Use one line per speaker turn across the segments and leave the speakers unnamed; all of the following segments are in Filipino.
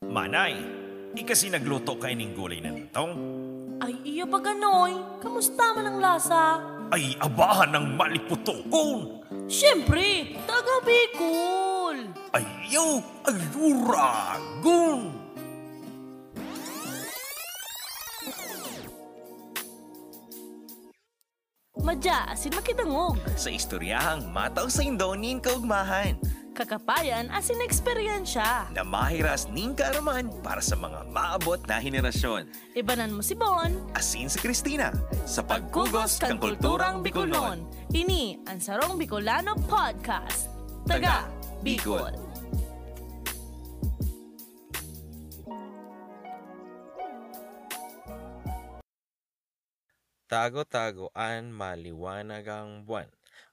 Manay, ikasi nagluto kay ning gulay ng tong.
Ay, iya ba ganoy? Kamusta man ang lasa?
Ay abahan ng maliputokon.
Siyempre, taga Bicol.
Ayaw, ayuragon.
Madya, asin makitangog.
Sa istoryahang mataw sa indonin kaugmahan
Kakapayan, asin eksperyensya.
na mahiras ning karaman para sa mga maabot na henerasyon.
Ibanan mo si Bon.
Asin si Christina sa
Kugos
pagkugos
kang
ng kulturang
kulturang
Bicolon.
Bicolon. Ini, ang Sarong Bicolano Podcast. Taga Bicol.
Tago-taguan maliwanag ang buwan.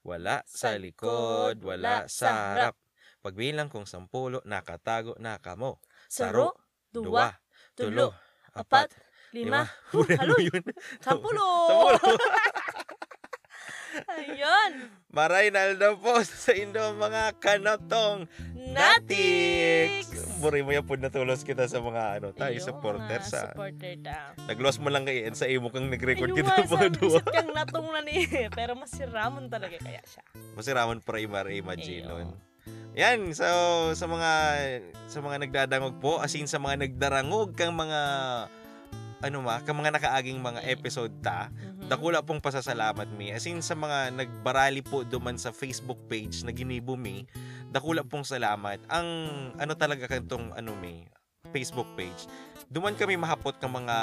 Wala
Sa
sa likod, wala sa harap. Pagbilang kong sampulo, nakatago na kamo.
Saro, duwa, tulo,
tulo,
apat,
apat,
lima,
Huh,
halo,
ano yun?
sampulo. Ayun,
Maray na aldaw po sa indo mga kanotong
Natics!
Buri mo yan po natulos kita sa mga ano, tayo
Ayun,
supporter
ah,
sa...
Supporter ta.
Nagloss mo lang kayan sa imo kang nag-record
Ayun
kita
nga,
ng mga
sabi ko,
duwa.
isip kang natong na ni. Pero mas si Ramon talaga kaya siya.
Masiraman para
Eh,
i-imagine
oo.
nun. Yan, so sa mga sa mga nagdadangog po, as in sa mga nagdarangog kang mga ano ma, kang mga nakaaging mga
Eh.
episode ta,
Mhm.
dakula pong pasasalamat mi. As in sa mga nagbarali po duman sa Facebook page na ginibo mi, dakula pong salamat. Ang ano talaga kantong ano mi, Facebook page. Duman kami mahapot kang mga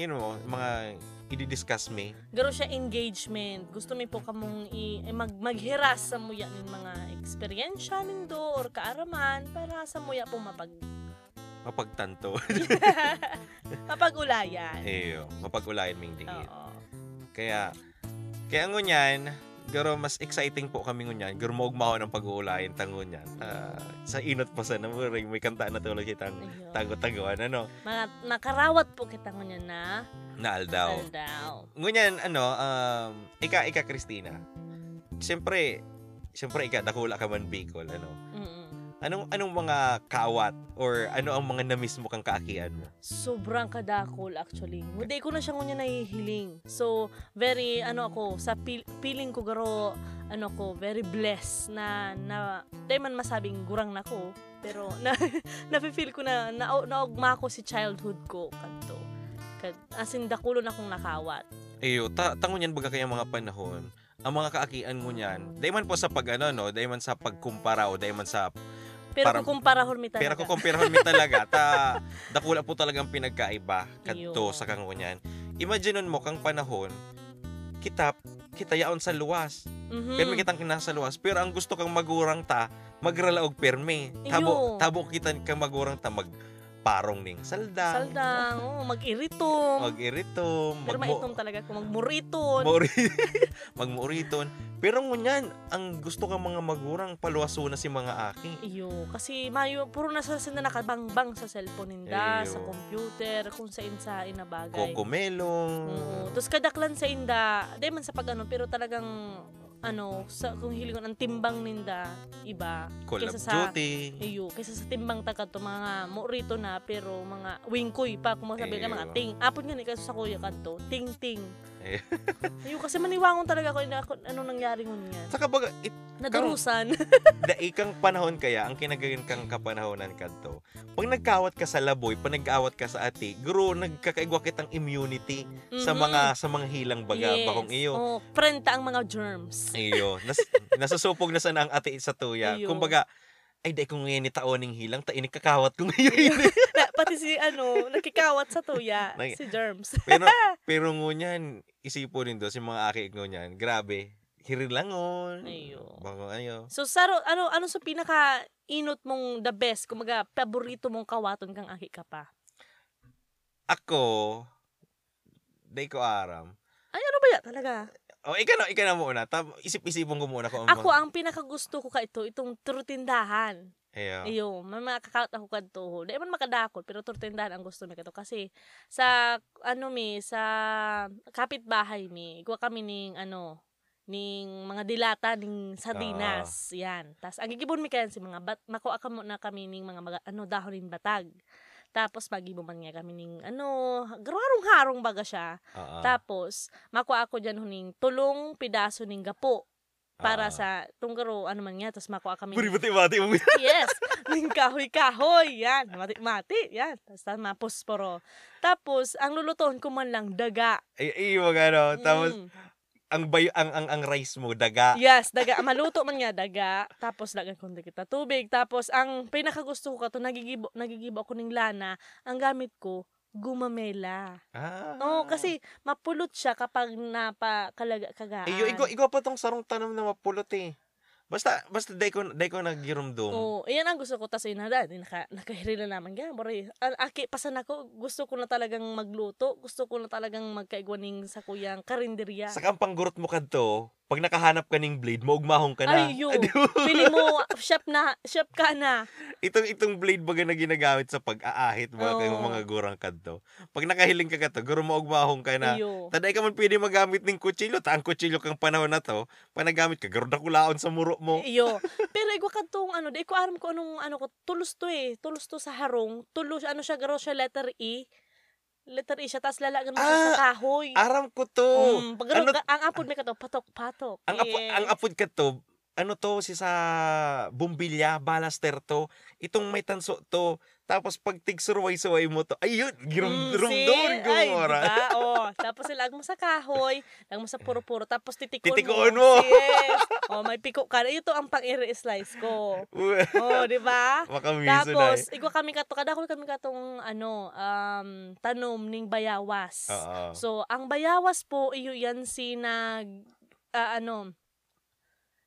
you know, mga i-discuss mi.
Garo siya engagement. Gusto mi po kamong i- eh, mag maghiras sa muya ning mga eksperyensya nindo or kaaraman para sa muya po mapag
mapagtanto.
mapagulayan.
Eyo, mapag-ulayan ming dingit.
Oo.
Kaya, kaya ngunyan, garo mas exciting po kami ngunyan. Garo mo ng pag-uulayan tango niyan. Ah, sa inot pa sa namuring, may kanta na tulad kitang
Ayun.
tago-taguan, ano,
Mga nakarawat po kita ngunyan na
naaldaw.
aldaw.
Ngunyan, ano, um, ika, ika, Christina. Siyempre, siyempre, ika, dakula ka man Bicol, ano.
Mm-mm.
Anong, anong mga kawat or ano ang mga namiss mo kang kaakian mo?
Sobrang kadakol actually. Hindi ko na siya ngunyan nahihiling. So, very ano ako, sa pil- feeling ko garo ano ko, very blessed na na di man masabing gurang nako, pero na nafe-feel ko na na naugma ko si childhood ko kadto. Kad, as in dakulo na akong nakawat.
Eyo, ta tango niyan baga kaya mga panahon, ang mga kaakian mo niyan, dahil man po sa pag ano, no, dahil man sa pagkumpara o dahil man sa
Pero
Parang-
kukumparahon mi talaga.
pera ko kumpirahan mi talaga, ah, ta dakula po talagang pinagkaiba kadto
Iyo.
sa kango niyan. Imagine nun mo kang panahon, kita kita yaon sa luwas.
Mhm.
Pero may kitang kinasa sa luwas, pero ang gusto kang magurang ta, magralaog perme.
Iyo.
Tabo tabo kita kang magurang ta mag parong ning saldang,
Saldang, oh, mag-iritom.
mag irito,
pero maitom talaga ko, magmuriton.
Mauri- magmuuriton. Pero ngunyan, ang gusto ka mga magurang paluwaso na si mga aki.
Iyo, kasi mayo puro na sa na nakabangbang sa cellphone ninda,
Iyo.
sa computer, kung sa insa na bagay.
Kokomelong.
Oo. Tapos kadaklan sa inda, di man sa pagano, pero talagang ano, sa, kung hilingon ang timbang ninda, iba.
Call of
kaysa sa-
Duty.
Iyo, kaysa sa timbang taga to mga morito na, pero mga wingkoy pa, kung masabi ka mga
Iyo.
ting. Apon nga ni kaso sa kuya kanto, ting-ting.
Iyo.
Iyo, kasi maniwangon talaga ako eh, na ako- anong nangyari ngun yan.
Saka baga, it,
Nadurusan.
daikang panahon kaya, ang kinagayon kang kapanahonan kadto. Pag nagkawat ka sa laboy, pag nagkawat ka sa ati, guro, nagkakaigwa kitang immunity sa
Mhm.
mga sa mga hilang
Yes.
baga,
Oh.
bakong iyo.
Oo, prenta ang mga germs.
Iyo. Nas, nasusupog na sana ang ati sa tuya.
Iyo.
Kumbaga, ay, dahil kung ngayon ni taoning hilang, ta kakawat kung ngayon.
Na- pati si ano, nakikawat sa tuya,
Nag-
si germs.
Pero pero ngunyan, isipo rin do si mga aki ngunyan. Grabe. Hirilangon.
Ayo.
Bago ayo.
So, Saro, ano, ano sa pinaka inot mong the best, kumaga, paborito mong kawaton kang aki ka pa?
Ako, day ko aram.
Ay, ano ba yan talaga?
O, Oh, ikaw na, ikaw na muna. Tam, isip-isipin ko muna kung ano
Ako,
mga...
ang pinakagusto ko ka ito, itong turtindahan.
Ayo.
Iyo, may mga kakauta ko kadto. Di man makadakot, pero turtindahan ang gusto mi kadto kasi sa ano mi sa kapitbahay mi, kuha kami ning ano ning mga dilata ning sardinas yan tas ang gigibon mi kayan si mga bat makuha ka mo na kami ning mga maga- ano dahon ning batag tapos magibuman nga kami ning ano garwarong harong baga siya
Oo.
tapos makuha ako diyan huning tulong pidaso ning gapo para
Oo.
sa tunggaro ano man nga tapos makuha kami
Ah. Puri bati-bati mo.
yes. Ning kahoy-kahoy. Yan. Mati-mati. Yan. Tapos tama, posporo. Tapos, ang lulutuin ko man lang, daga.
Ay, ay, yung mga ano. Tapos, ah.
Mm.
ang, bayo, ang, ang, ang rice mo, daga.
Yes, daga. Maluto man nga, daga. Tapos, lagan ko kita tubig. Tapos, ang pinakagusto ko ka to, nagigibo, nagigibo ako ng lana. Ang gamit ko, gumamela.
Ah.
Oo, kasi mapulot siya kapag napakalaga kagaan.
Ay, yo, igo, igo pa tong sarong tanong na mapulot eh. Basta, basta day ko, day ko nagirumdum.
Oo, iyan ang gusto ko tas inada, naka nakahiri na naman gan. Bore, an aki pasan ako, gusto ko na talagang magluto, gusto ko na talagang magkaigwaning sa kuyang karinderya.
Sa kampang gurot mo kadto, pag nakahanap ka ning blade, maugmahong ka na.
Ay, yo.
di ba?
Pili mo shop na, shop ka na.
itong itong blade baga na ginagamit sa pag-aahit mga
Oo.
kayong mga gurang kadto. Pag nakahiling ka kadto, guro maugmahong ka na.
Ayo.
Taday ka man pwede magamit ning kutsilyo, ta ang kutsilyo kang panahon na to, panagamit ka, garo dakulaon sa muro mo.
Iyo. Pero igwa kadtong ano, di ko alam ko anong ano ko, tulos to eh, tulos to sa harong, tulos ano siya garo siya letter E. Letter E siya tas lalagan mo siya sa kahoy.
Aram ko to.
Eh, Mm, pag garo-
Ah! ano-
ga- ang apod may kato, patok-patok.
Ang apo,
Yes.
ang apod ka to, ano to si sa bumbilya, balaster to, itong may tanso to, tapos pag tigsurway-suway mo to, ayun,
Mm,
girum-drum-dum,
see? Ay,
gumora.
diba? Oh, tapos ilag mo sa kahoy, ilag mo sa puro-puro, tapos titikon,
Titikon mo.
Yes. Oh, may piko ka. Ito ang pang slice ko. Oh, di ba?
Makamiso na. eh.
Tapos, igwa kami kato, kada ko kami katong, ano, um, tanom ning bayawas.
Oo.
So, ang bayawas po, iyo yan si nag, ah, ano,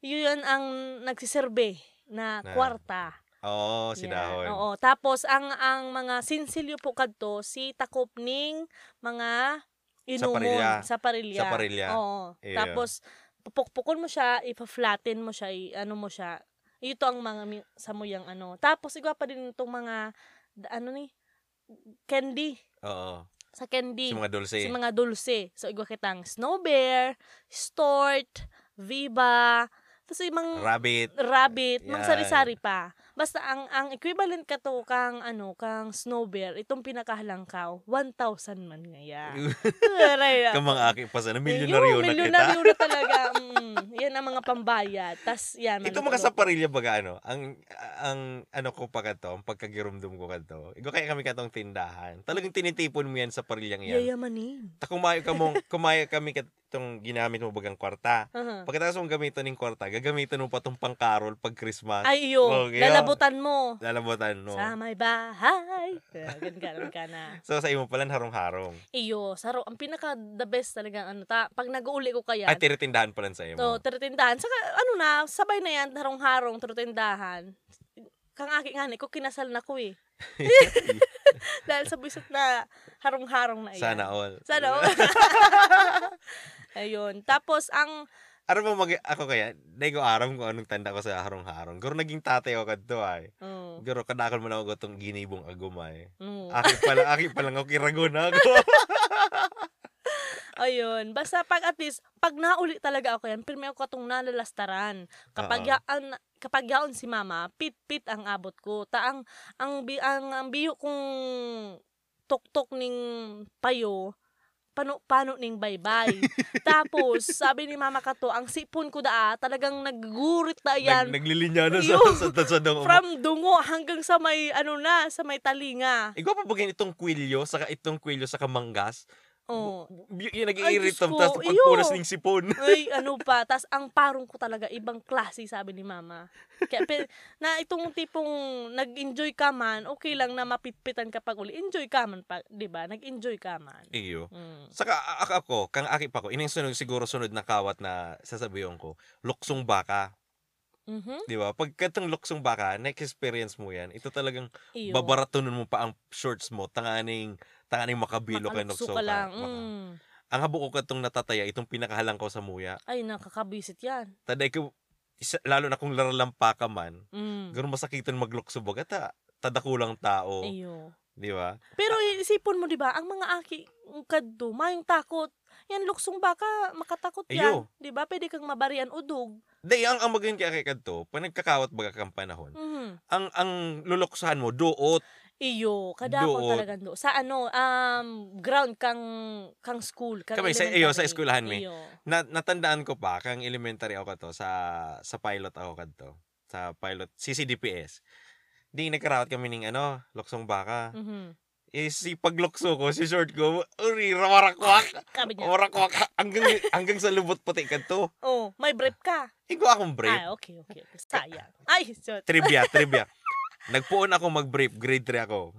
iyo yan ang nagsiserbe na
Na-
kwarta.
Oo, si
Yan,
Dahon.
Oo. Tapos, ang ang mga sinsilyo po kadto, si takop ning mga
parilya.
inumon sa parilya.
Sa parilya.
Oo.
Iyo.
Tapos, pupukpukon mo siya, ipa-flatten mo siya, i- ano mo siya. Ito ang mga mi- samuyang ano. Tapos, igwa pa din itong mga, da- ano ni, candy.
Oo.
Sa candy.
Si mga dulce.
Si mga dulce. So, igwa kitang snow bear, stort, viva, tapos yung mga
Rabbit.
rabbit, mga
Yan.
sari-sari pa. Basta ang ang equivalent ka to kang ano, kang snow bear, itong pinakahalangkaw, 1,000 man ngaya. Aray,
Ka mga aking pasa na
Ayun,
milyonaryo na kita.
milyonaryo na talaga. Mm, yan ang mga pambayad. Tas yan.
Ito
maluto-
mga sa parilya baga ano, ang ang ano ko pa kato, ang pagkagirumdum ko kato. Igo kaya kami katong tindahan. Talagang tinitipon mo yan sa parilyang yan.
Yayamanin.
Ta kumayo ka mong kumayo kami kat- itong ginamit mo bagang kwarta.
Aha.
Pagkatapos mong gamitin ng kwarta, gagamitin mo pa tong pangkarol pag Christmas.
Ay, iyo.
Okay, ah.
Lalabutan mo.
Lalabutan no.
Sa may bahay. Ganun ka, ganun ka na.
So sa imo pala harong-harong.
Iyo, saro. Ang pinaka the best talaga. Ano, ta, pag nag-uuli ko kaya.
At tiritindahan pa lang sa imo.
So, tiritindahan. Saka, ano na, sabay na yan, harong-harong, tiritindahan. Kang aki nga ni ko, kinasal na ko eh. Dahil sa buisit na harong-harong na yan.
Sana all.
Sana all. Ayun. Tapos, ang,
Aram mo mag ako kaya, dai ko aram kung anong tanda ko sa harong-harong. Guro naging tatay ako kadto ay.
oh,
Guro kadakol man ako tong ginibong agumay.
mm.
Aki pala, aki pala ako kiragon ako.
ayun. Basta pag at least, pag nauli talaga ako yan, pirmi ako katong nalalastaran. Kapag,
Oo.
ya, ang- kapag yaon si mama, pit-pit ang abot ko. Taang, ang, bi- ang, ang biyo kong tuktok ning payo, pano pano ning bye-bye. Tapos, sabi ni mama kato, ang sipon ko daa, talagang naggurit na yan.
Nag, naglilinya na sa
Ayun.
sa sa, sa dong.
from dungo hanggang sa may, ano na, sa may talinga.
Ikaw pa bagay itong kwilyo, saka itong kwilyo sa kamangas.
Oo.
Y- yung
Ay, Diyos
nag-iirit tam,
ko,
tapos pagpunas
iyo.
ng sipon.
Ay, ano pa. tas ang parong ko talaga, ibang klase, sabi ni mama. Kaya, pe- na itong tipong nag-enjoy ka man, okay lang na mapitpitan ka pag uli. Enjoy ka man, pa, di ba? Nag-enjoy ka man.
Iyo.
Mm.
Saka a- ako, ako, kang aki pa ko, ining sunod, siguro sunod na kawat na sasabihin ko, luksong baka.
Mhm.
Di ba? Pagkatong luksong baka, na-experience mo yan, ito talagang
Iyo.
babaratunan mo pa ang shorts mo, tanganing, tanganing makabilo ka
Makalukso
nagso
ka lang.
Maka-
Mm.
Ang habo ko katong natataya, itong pinakahalang ko sa muya.
Ay, nakakabisit yan.
Taday ko, isa- lalo na kung laralampa ka man,
Mm.
Ganun masakitan maglukso baga ta tadakulang tao,
Iyo.
di ba?
Pero isipon mo, di ba, ang mga aki kadto, mayong takot. Yan luksong baka makatakot yan.
Ayo.
'Di ba? Pwede kang mabarian udog.
Day, ang, ang magayon kaya kay kadto, pa nagkakawat baga kang panahon,
Mhm.
ang, ang luluksahan mo, duot,
Iyo, kadako
Doon.
talaga do. Sa ano, um ground kang kang school, kang
Kami, sa- iyo, sa
elementary.
eskwelahan, eh. me.
Iyo.
na, natandaan ko pa, kang elementary ako kadto, sa, sa pilot ako kadto, sa pilot, CCDPS. Di, nagkarawat kami ng ano, loksong baka.
Mhm.
Eh, si paglokso ko, si short ko, uri, ramarakwak,
Sabi niya,
ramarakwak, hanggang, hanggang sa lubot puti kadto.
oh, may brief ka.
Igo akong
Ah,
brave.
okay, okay. Sayang. Ay, shot.
Trivia, trivia. Nagpuon ako mag-brief, grade 3 ako.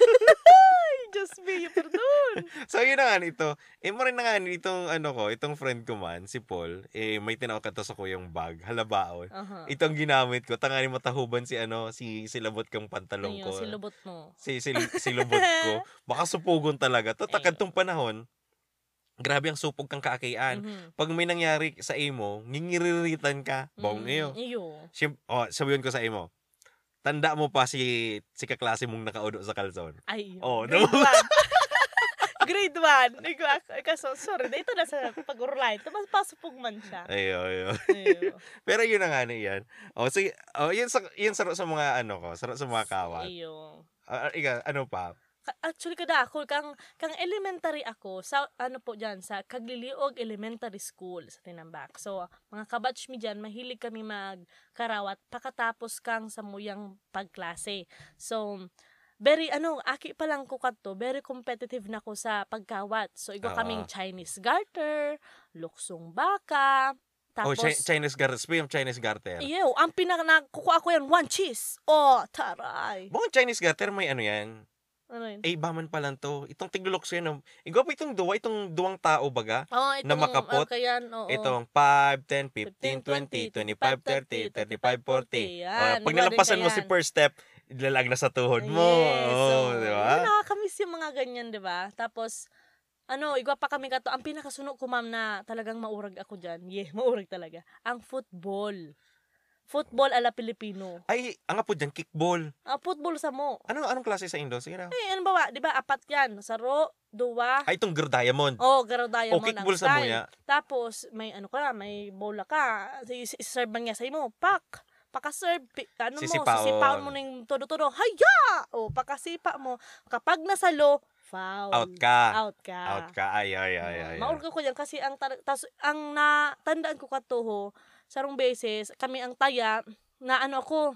Ay, Diyos me, you perdon.
So, yun na nga ito. Eh, mo rin na nga itong, ano ko, itong friend ko man, si Paul, eh, may tinawag ka to sa kuyang bag, halabaon.
Aha.
Ito ang ginamit ko. Tangani matahuban si, ano, si silabot kang pantalong
Ayun,
ko.
silubot mo.
Si, si, silubot ko. Baka supugon talaga. To, takad
Ayun.
tong panahon, grabe ang supog kang kaakian.
Mhm.
Pag may nangyari sa imo, ngingiriritan ka. Bong
Mhm.
iyo.
Iyo.
Siyem, oh, sabihin ko sa imo. Tanda mo pa si si kaklase mong nakaudo sa kalson.
Ay, iyo.
Oh,
Grade
no.
1. Grade 1. Ikaw, ako- kaso, sorry, na ito na sa pag-urlay. Ito, mas pasupog man siya.
Ayo, ayo.
Iyo.
Pero yun na nga na yan. Oh, sige, oh, yun, sa, yun saro sa mga ano ko, saro sa mga kawat.
Iyo.
Ah, ah, ikaw, ano pa?
Ka- Actually, kada ako, kang, kang elementary ako, sa, ano po dyan, sa Kagliliog Elementary School sa Tinambak. So, mga kabatch mi dyan, mahilig kami magkarawat pakatapos kang sa muyang pagklase. So, very, ano, aki pa lang ko kadto, very competitive na ko sa pagkawat. So, igo
Oo.
kaming Chinese garter, luksong baka,
oh,
tapos...
Chi- Chinese garter. Speaking of Chinese garter. Yeah.
Iyo, ang pinakakukuha ko yan, one cheese. Oh, taray.
Chinese garter, may ano yan.
Ano yun?
Eh, baman pa lang to. Itong tiglulokso yan. oh. Igaw pa itong duwa, itong duwang tao baga.
Oh,
Na
ah,
makapot?
kaya yan, oo.
Itong 5, 10, 15, 20, 25, 30, 35, 40. Oh, pag nalampasan mo si first step, ilalag na sa tuhod mo. Oh, di ba?
Yun, nakakamiss yung mga ganyan, di ba? Tapos, ano, igwa pa kami kato. Ang pinakasunod ko, ma'am, na talagang maurag ako dyan. Yeah, maurag talaga. Ang football. Football ala Pilipino.
Ay, ang apo dyan, kickball.
Ah, football sa mo.
Anong, anong klase sa Indo? Sige na.
Eh, ano ba ba? Di ba, apat yan. Saro, duwa,
Ay, itong Girl Diamond.
oh, garodaya
O,
mo ng
kickball sa
style.
muya.
Tapos, may ano ka, may bola ka. Is- Iserve man niya sa imo. Pak! Pakaserve, pi- ano mo,
Sisipaon.
sisipaon mo na yung todo-todo. Haya! O, pakasipa mo. Kapag nasalo, foul.
Out ka.
Out ka.
Out ka. Ay, ay, ay, ay. ay.
Maurga ko yan kasi ang, tar- tas, ang natandaan ko katuho, sarong beses, kami ang taya, na ano ako,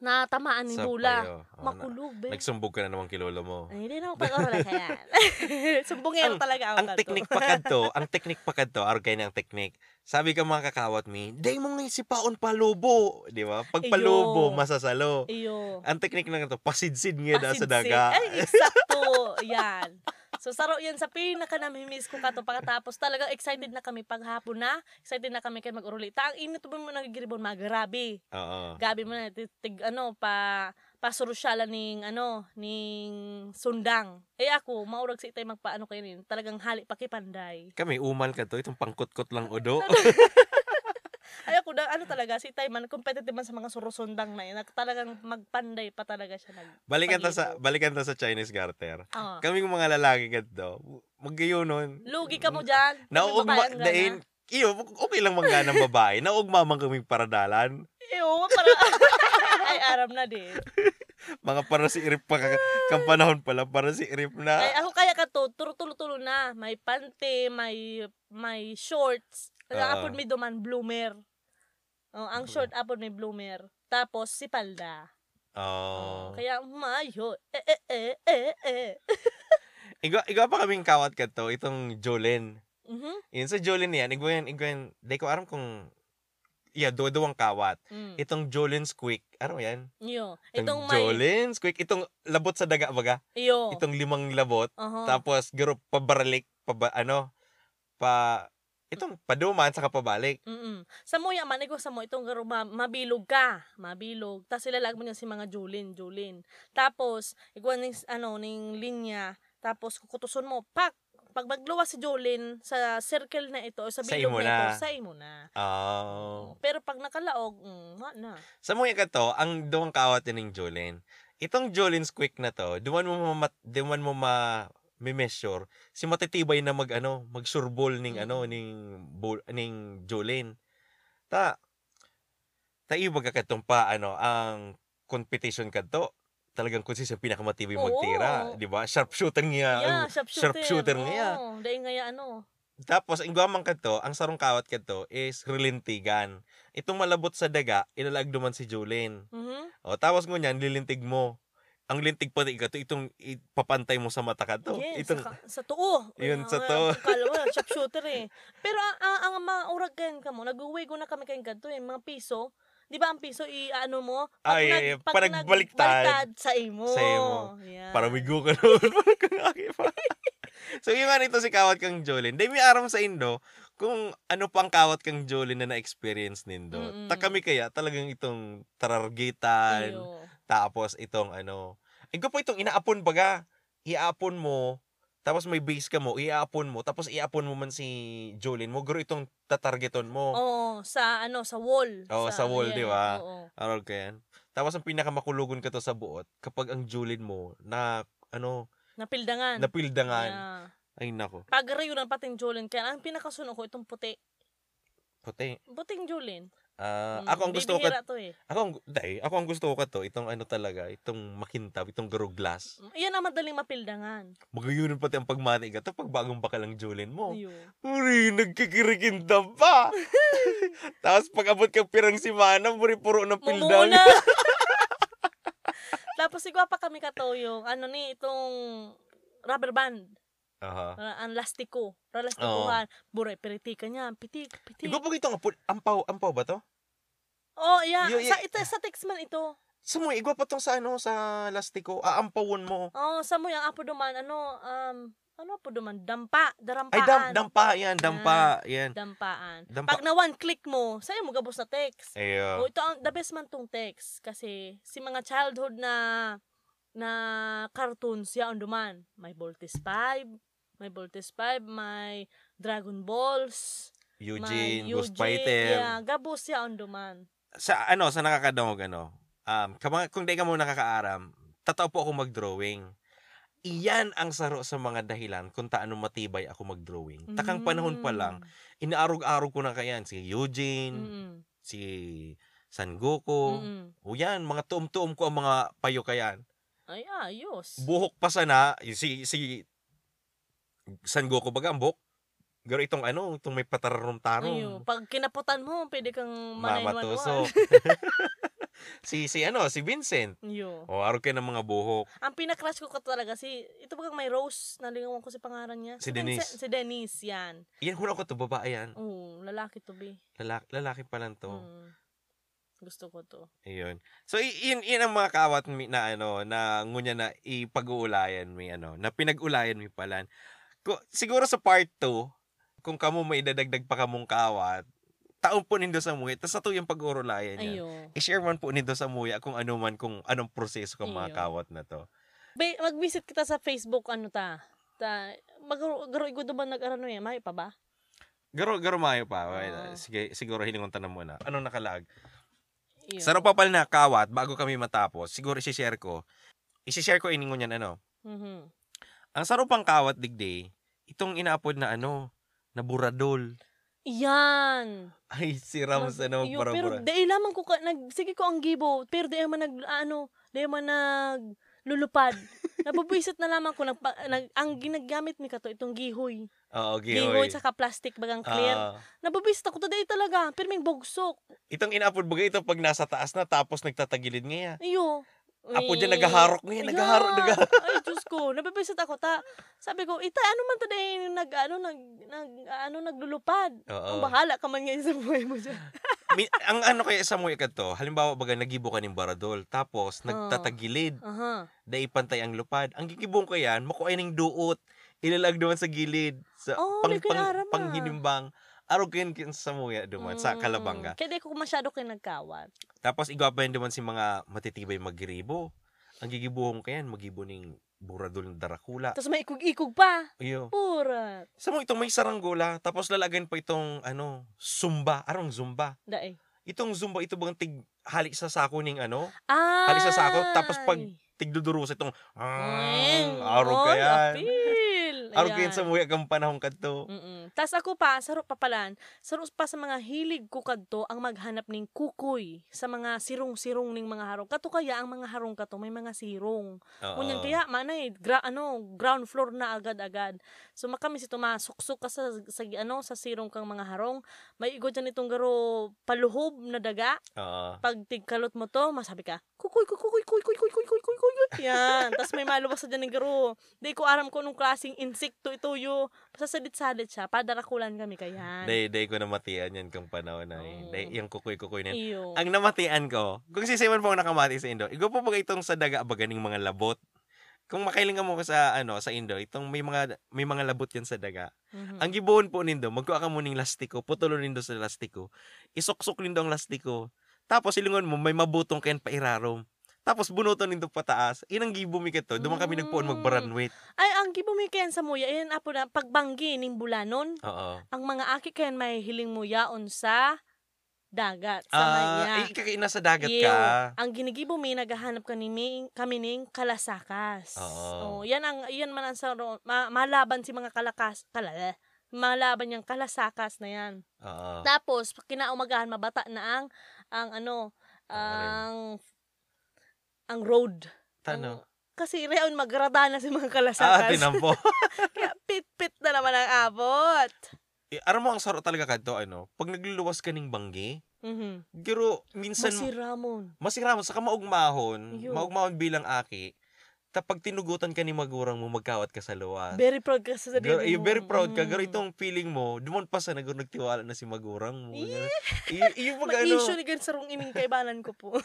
natamaan ng
Sa
bola.
payo. Oh, na-
Makulog, be.
Nagsumbog ka na naman kilolo mo.
Ay, hindi na ako pag-orala kaya. Sumbongero talaga ako.
Ang
kato.
teknik pa kadto, ang teknik pa kadto, argay ng teknik. Sabi ka mga kakawat mi, day mo nga sipaon palubo, di ba? Pag
Iyo.
palubo, masasalo.
Iyo.
Ang teknik na to, pasidsid nga da sa
Pasidsid.
daga.
Ay, eksakto. yan. So, saro yan sa pinaka namimiss ko kato pagkatapos. Talagang excited na kami paghapon na. Excited na kami kayo mag-urulita. Ang init mo mo nagigiribon, magarabi.
Oo.
Gabi mo na, tig, tig- ano, pa pasurusyala ning ano ning sundang eh ako maurag sa itay magpaano kayo rin talagang hali pakipanday
Kami umal ka to, itong pangkutkot lang odo.
ay ako na, ano talaga si itay man competitive man sa mga surusundang na yun Nag- talagang magpanday pa talaga siya nag
balikan ta sa
Pag-ibo.
balikan ta sa Chinese garter.
Ah.
Kami kung mga lalaki kadto, magayon nun.
lugi ka mo Ano diyan
Nauugma, dain, iyo, okay lang mangga ng babae. Nauugma man kaming paradalan.
Ew, para ay aram na din.
Mga para si Irip pa, ka- kang panahon pala, para si Irip na.
Ay ako kaya ka to, tulo-tulo na, may pante, may may shorts. Ang
Oo.
apod may duman bloomer. Oh, ang short apod may bloomer. Tapos si palda.
Oh.
Kaya mayo. Eh eh eh eh eh.
Igwa, igwa pa kaming kawat ka to, itong Jolene.
Mhm.
Yun sa Jolene yan, igwa yan, igwa yan. Di ko aram kung, yeah, duwa-duwang kawat.
Mm.
Itong Jolene's Quick, aram yan?
Yo.
Itong
Itong may Oh.
Jolene's Quick, itong labot sa daga baga.
yo.
Itong limang labot,
Aha.
tapos garo pabaralik, paba, ano, pa, itong paduman, saka pabalik.
Mm-mm. Sa mo yaman, ikaw sa mo, itong garo, ma- mabilog ka. Mabilog. Tapos ilalag mo niya si mga Julin, Julin. Tapos, ikaw ning, ano, ning linya. Tapos, kukutuson mo, pak! Pag magluwas si Julin sa circle na ito, o sa
Sa
bilog
imo
na ito,
na.
sa imo na.
Oh.
Pero pag nakalaog, mm, wa na.
Sa mga ka to, ang duwang kawat yun ng Jolene. Itong Jolene's Quick na to, duman mo ma, duman mo ma, may measure si matitibay na mag ano magsurbol ning
Mm.
ano ning bol, ning Jolene ta taibag ka kadtong pa ano ang competition kadto talagang kung siya pinakamatibay
Oo.
magtira di ba sharpshooter niya
Yeah,
ang-
sharpshooter.
Ah,
ano?
sharpshooter niya.
Oo, dahil nga yan, ano.
tapos, ang guamang kadto, ang sarong kawat kadto is rilintigan. Itong malabot sa daga, ilalagduman si Jolene.
Mhm.
O, Oh, tapos ngunyan, lilintig mo. Ang lintig pa ikaw to, itong ipapantay mo sa mata ka to.
Yes,
itong,
sa, ka- sa too.
Yun, sa
Ah,
too.
ang Kala mo, sharpshooter eh. Pero ang, ang, ang mga uragkan ka mo, nag-uwi ko na kami kayong ganito eh, mga piso. Di ba ang piso, i-ano mo?
Ay, ay, ay, pag nagbaliktad,
nagbaliktad sa imo.
sa imo.
Yan.
para wigo ka noon. so, yung ano ito si kawat kang Jolene. Dahil may aram sa Indo, kung ano pang kawat kang Jolene na na-experience nindo.
Mm-mm.
Ta kami kaya talagang itong tarargitan,
Iyo.
Tapos itong ano, ikaw pa itong inaapon baga. Iaapon mo, tapos may base ka mo, iaapon mo, tapos iaapon mo man si Jolene mo, guro itong tatargeton mo.
Oo, sa ano, sa wall.
Oo, sa wall,
ayan,
di ba?
Oo.
Aral ka yan. Tapos ang pinakamakulugon ka to sa buot, kapag ang Jolene mo na ano,
Napildangan.
napildangan.
Yeah.
Ay nako,
Pag rayo ng pating Jolin, kaya ang pinakasuno ko itong puti.
puti.
Buting Jolin. Mm,
Ah,
Hmm,
ako ang gusto ko
ka.
kat- ako ang day, ako ang gusto ko ka to, itong ano talaga, itong makintab, itong garo glass.
Iyan ang madaling mapildangan.
Magayunan pati ang pagmani ka to pag bagong baka lang Jolene mo.
Ayun.
Uri, nagkikirikindam pa. Tapos pag abot ka pirang si Manang, muri puro na
Mumuna.
pildang.
Tapos sigwa pa kami kato yung ano ni itong rubber band,
Aha.
ra- ang lastiko, ralastikuhan. Buray, piritikan niya, pitik, pitik.
Ikaw pag ito nga, pul- ampaw, ampaw ba to?
Oh, yeah.
Yo-
Sa, ito, sa text man ito.
Sa mo, igwa pa tong sa ano, sa lastiko, aampawon mo.
Oh, sa mo yung apo duman, ano, um, ano apo duman? Dampa, darampaan.
Ay, dam, dampa, yan, dampa, yan.
Dampaan. Ah.
Dampa.
Pag na one click mo, sa'yo mo gabos na text. Oh,
Ayo.
ito ang the best man tong text kasi si mga childhood na na cartoons siya on duman. May Voltes 5, may Voltes 5, may Dragon Balls, may
Eugene, Ghost
yeah, gabos siya on duman.
Sa ano, sa nakakadangog, ano, um, kama- kung di ka mo nakakaaram, tataw po ako mag-drawing. Iyan ang saro sa mga dahilan kung taano matibay ako mag-drawing.
Mm-hmm.
Takang panahon pa lang, inaarog-arog ko na kayan si Eugene,
Mm.
si San Goku.
Mm-mm.
O yan, mga tuom-tuom ko ang mga payo kayan.
Ay, ayos.
Buhok pa sana, y- si, si San Goku baga ang buhok. Pero itong ano, itong may
Ayun.
patarong-tarong.
Pag kinaputan mo, pwede kang
Mamatuso.
manay-manuan.
si, si ano, si Vincent.
Ayun.
O, arog kayo ng mga buhok.
Ang pinakrush ko ka talaga si, ito bagang may Rose, nalingawan ko si pangaran niya.
Si
Vincent-
Denise.
Si Denise, yan.
Yan, hula ko to, babae yan.
Oo, lalaki to be.
Lalaki, lalaki pa lang to.
Mm. Gusto ko to.
Ayun. So, i- yun, yun ang mga kawat mi na ano, na ngunya na ipag-uulayan mi, ano, na pinag-ulayan mi palan. Ko, siguro sa part 2, kung kamo may dadagdag pa kamong kawat, taon po nindo sa muya, tapos sa tuyong pag-uulayan niya.
Ayo.
I-share man po nindo sa muya kung ano man, kung anong proseso kang mga
Ayun.
kawat na to.
Be, mag-visit kita sa Facebook ano ta. Ta mag ko duman nag ano eh, may pa ba?
Garo, garo mayo pa. Well,
Oo.
sige, siguro hilingon tanong muna. Anong nakalag?
Iyo.
Sa pa pala na kawat, bago kami matapos, siguro isi-share ko. Isi-share ko iningon yan, ano,
Mhm.
Ang sarap ang kawat digday, itong inaapod na ano, na buradol.
Iyan.
Ay, si Rams
Mag-
ano,
iyo,
para
pero
bura.
dahil lamang ko ka, nag, sige ko ang gibo, pero dahil man nag ano, dahil man nag lulupad. Nabubisit na lamang ko nag, nag ang ginagamit mi kato itong gihoy.
Oo,
Gihoy
gihoy.
sa plastic bagang clear.
Ah,
Nabubisit ako to dahil talaga, pero may bogsok.
itong inaapod bagay ito pag nasa taas na tapos nagtatagilid niya.
Iyo. Uy.
Apo dyan, naghaharok na yan, naghaharok,
Yeah.
naghaharok.
Ay, Diyos ko, nabibisit ako. Ta, sabi ko, ita, ano man today nag, ano, nag, nag, ano, naglulupad. Ang
Oo.
bahala ka man ngayon sa buhay mo dyan.
Mi- ang ano kaya sa mo ikat to, halimbawa baga nagibo ka ng baradol, tapos nagtatagilid,
Aha.
dahil pantay ang lupad. Ang gigibong ko yan, makuha ng duot, ilalag duman sa gilid, sa
Oo,
pang,
may
pang,
kunaram, ah.
panghinimbang. Arog yun kin sa muya duman, sa
Mm.
Kalabanga. Ah.
Kaya di ko masyado kayo nagkawat.
Tapos igwapa yun naman si mga matitibay magribo. Ang gigibuhong ka yan, magibo ng buradol ng darakula.
Tapos may ikog-ikog pa.
Iyo.
Purat.
Sa mo itong may saranggola, tapos lalagyan pa itong ano, zumba, arong zumba.
Dae.
Itong zumba, ito bang tig halik sa sako ning ano,
Ay.
Halisa sa ako, tapos pag- tigdudurus itong
Ay, Oh,
ah, arog
oy,
ka yan.
apil.
Araw ko
Ayan.
yun sa muya kang panahon kadto.
Mm-mm. Tas ako pa, sarap papalan, sarap pa sa mga hilig ko kadto ang maghanap ning kukoy sa mga sirong-sirong ning mga harong. Kato kaya ang mga harong kato may mga sirong.
Oo.
Kunyan kaya manay gra, ano, ground floor na agad-agad. So makami si tumasok-sok ka sa, sa ano sa sirong kang mga harong. May igo dyan itong garo paluhob na daga.
Oo.
Pag tigkalot mo to, masabi ka, kukoy, kukoy, kukoy, kukoy, kukoy, kukoy, kukoy, kukoy. Yan. Tapos may malubas sa dyan ng garo. Di ko aram ko nung klaseng insekto ito yo. Pasasadit-sadit siya. Padarakulan kami kayan.
Day, day ko namatian yan kang panahon na eh.
Oo.
Day, yung kukuy-kukuy na yan.
Iyo.
Ang namatian ko, kung sisiman po ang nakamati sa Indo, igo po ba itong sa daga ba ganing mga labot? Kung makailingan mo ko sa ano sa Indo, itong may mga may mga labot yan sa daga.
Mhm.
Ang gibuon po nindo, magkuha ka mo ning lastiko, putulon nindo sa lastiko. Isuksok nindo ang lastiko. Tapos ilingon mo, may mabutong kayan pairarom. Tapos bunuton nindo pataas. Inang gibo mi kato, duman kami nagpuon magbaranwit.
Ay, ang gibumi kayan sa muya, ayan apo na, pagbanggi ning bulanon,
Oo.
ang mga aki kayan may hiling muyaon sa dagat. Sa maya.
Ah, ay, ikakaina sa dagat
Iyo.
ka.
Ang ginigibo may naghahanap kami ning- kami ning kalasakas. Oh,
Oo.
yan ang yan man ang saro, ma- malaban si mga kalakas kalala. Malaban yung kalasakas na yan.
Oo.
Tapos pag kinaumagahan mabata na ang ang ano ang ang road.
Tano.
Kasi reon magrada na si mga
Ah,
kalasakas.
tinampo.
Kaya pit-pit na naman ang abot.
Eh, aram mo ang saro talaga kadto ano, pag nagluluwas ka ning banggi,
Mhm.
giro minsan
Si Ramon.
masira mo sa kamaugmahon,
Iyo.
maugmahon bilang aki. Tapag tinugutan ka ni magurang mo, magkawat ka sa luwas.
Very proud ka sa sarili
Gar- Ah. eh,
mo.
very proud ka.
Mm.
Pero itong feeling mo, dumon pa sa nag- nagtiwala na si Magurang mo.
Eh.
Ganun. I- yung pag ano,
Mag-issue ni gan sarong ining kaibanan ko po.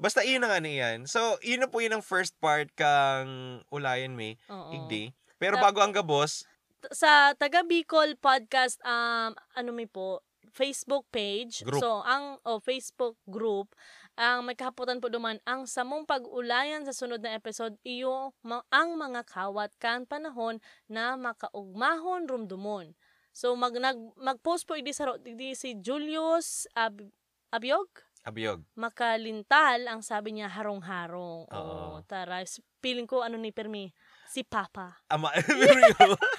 basta yun ang ano yan. So, yun na po yun ang first part kang Ulayan May,
Oo.
Igdi.
Oh.
Pero
Tap-
bago ang gabos,
T- sa Taga Bicol podcast um ano may po Facebook page.
Group.
So, ang oh, Facebook group, ang may kahapotan po duman, ang samong pag-ulayan sa sunod na episode, iyo ma- ang mga kawat kan panahon na makaugmahon rumdumon. So, mag, nag, mag-post po hindi sa ro- hindi si Julius Ab- Abiog?
abiyog.
Makalintal, ang sabi niya, harong-harong.
Oo.
Oo. tara. S- Feeling ko, ano ni Permi, si Papa.
Ama, abiyog.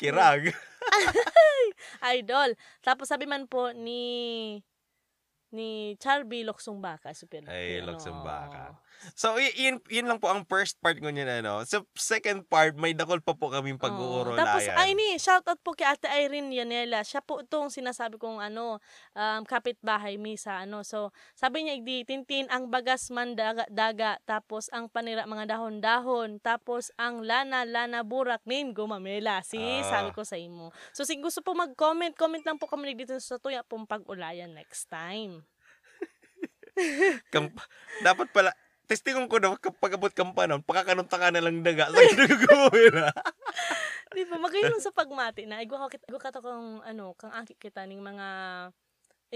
Kirag.
Idol. Tapos sabi man po ni ni Charby Loksong Baka. Super,
Ay,
ano,
Loksong Baka.
oo.
So, y- yun, yun lang po ang first part ko niyan, ano. Sa second part, may dakol pa po kaming
Oo.
pag-uuro
Oh, Tapos, ay ni, shoutout po kay Ate Irene Yanela. Siya po itong sinasabi kong ano, um, kapitbahay misa. Ano. So, sabi niya, Igdi, tintin ang bagas man daga, daga, tapos ang panira mga dahon-dahon, tapos ang lana, lana burak, nin gumamela. Si,
Ah.
sabi ko sa imo. So, si gusto po mag-comment, comment lang po kami dito sa tuya pong pag-ulayan next time.
Kam- dapat pala, testingong ko na kapag abot kang panon, pakakanunta ka na lang daga sa ginagawin na.
Di ba? Magayon sa pagmati na. Igwa ka, igwa ka to kung, ano, kang aki kita ng mga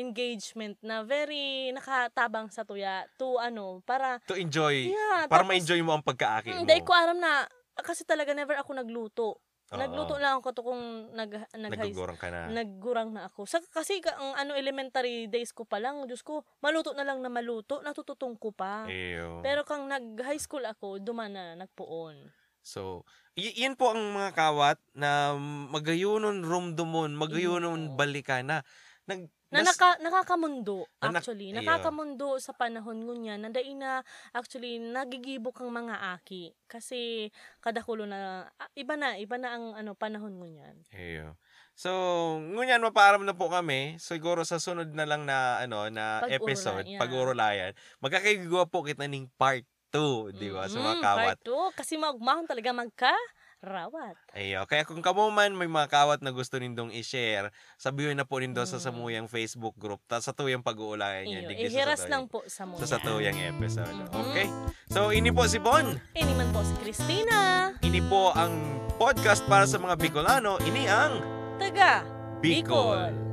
engagement na very nakatabang sa tuya to ano para
To enjoy,
yeah
para
tapos-
ma-enjoy mo ang pagkaaki
Hmm,
mo.
dahil ko aram na kasi talaga never ako nagluto
Oo.
nagluto lang ako to kung nag nag
Nagugurang ka na.
naggurang na ako sa kasi ka- ang ano elementary days ko pa lang Diyos ko maluto na lang na maluto natututong ko pa
Ew.
pero kang nag high school ako dumana nagpuon
so, y- yan po ang mga kawat na magayunon rumdumon, magayunon
Iyo.
balikan na nag
Na
nas-
naka, nakakamundo,
Na nak-
actually.
Ayun.
Nakakamundo sa panahon ngunya. Na dai na, actually, nagigibok ang mga aki. Kasi, kadakulo na, ah, iba na, iba na ang ano, panahon ngunyan.
Ew. So, ngunyan mapaaram na po kami. Siguro sa sunod na lang na ano na
Pag-urulayan.
episode, pag-urulayan, magkakagawa po kita ng part 2, di ba? Sa mga
Mm,
kawat.
part two. Kasi maugmahon talaga magka-rawat.
Ayo, kaya kung kamo man may mga kawat na gusto nindong i-share, sabihin na po nindo sa
Mm.
samuyang Facebook group, ta sa tuyang pag-uulayan niya.
Iyo,
digdi sa
ihiras
satoy-
lang po sa muna.
sa satuyang episode.
Mhm.
Okay? So, ini po si Bon.
Ini man po si Christina.
Ini po ang podcast para sa mga Bicolano. Ini ang
Taga, Bicol.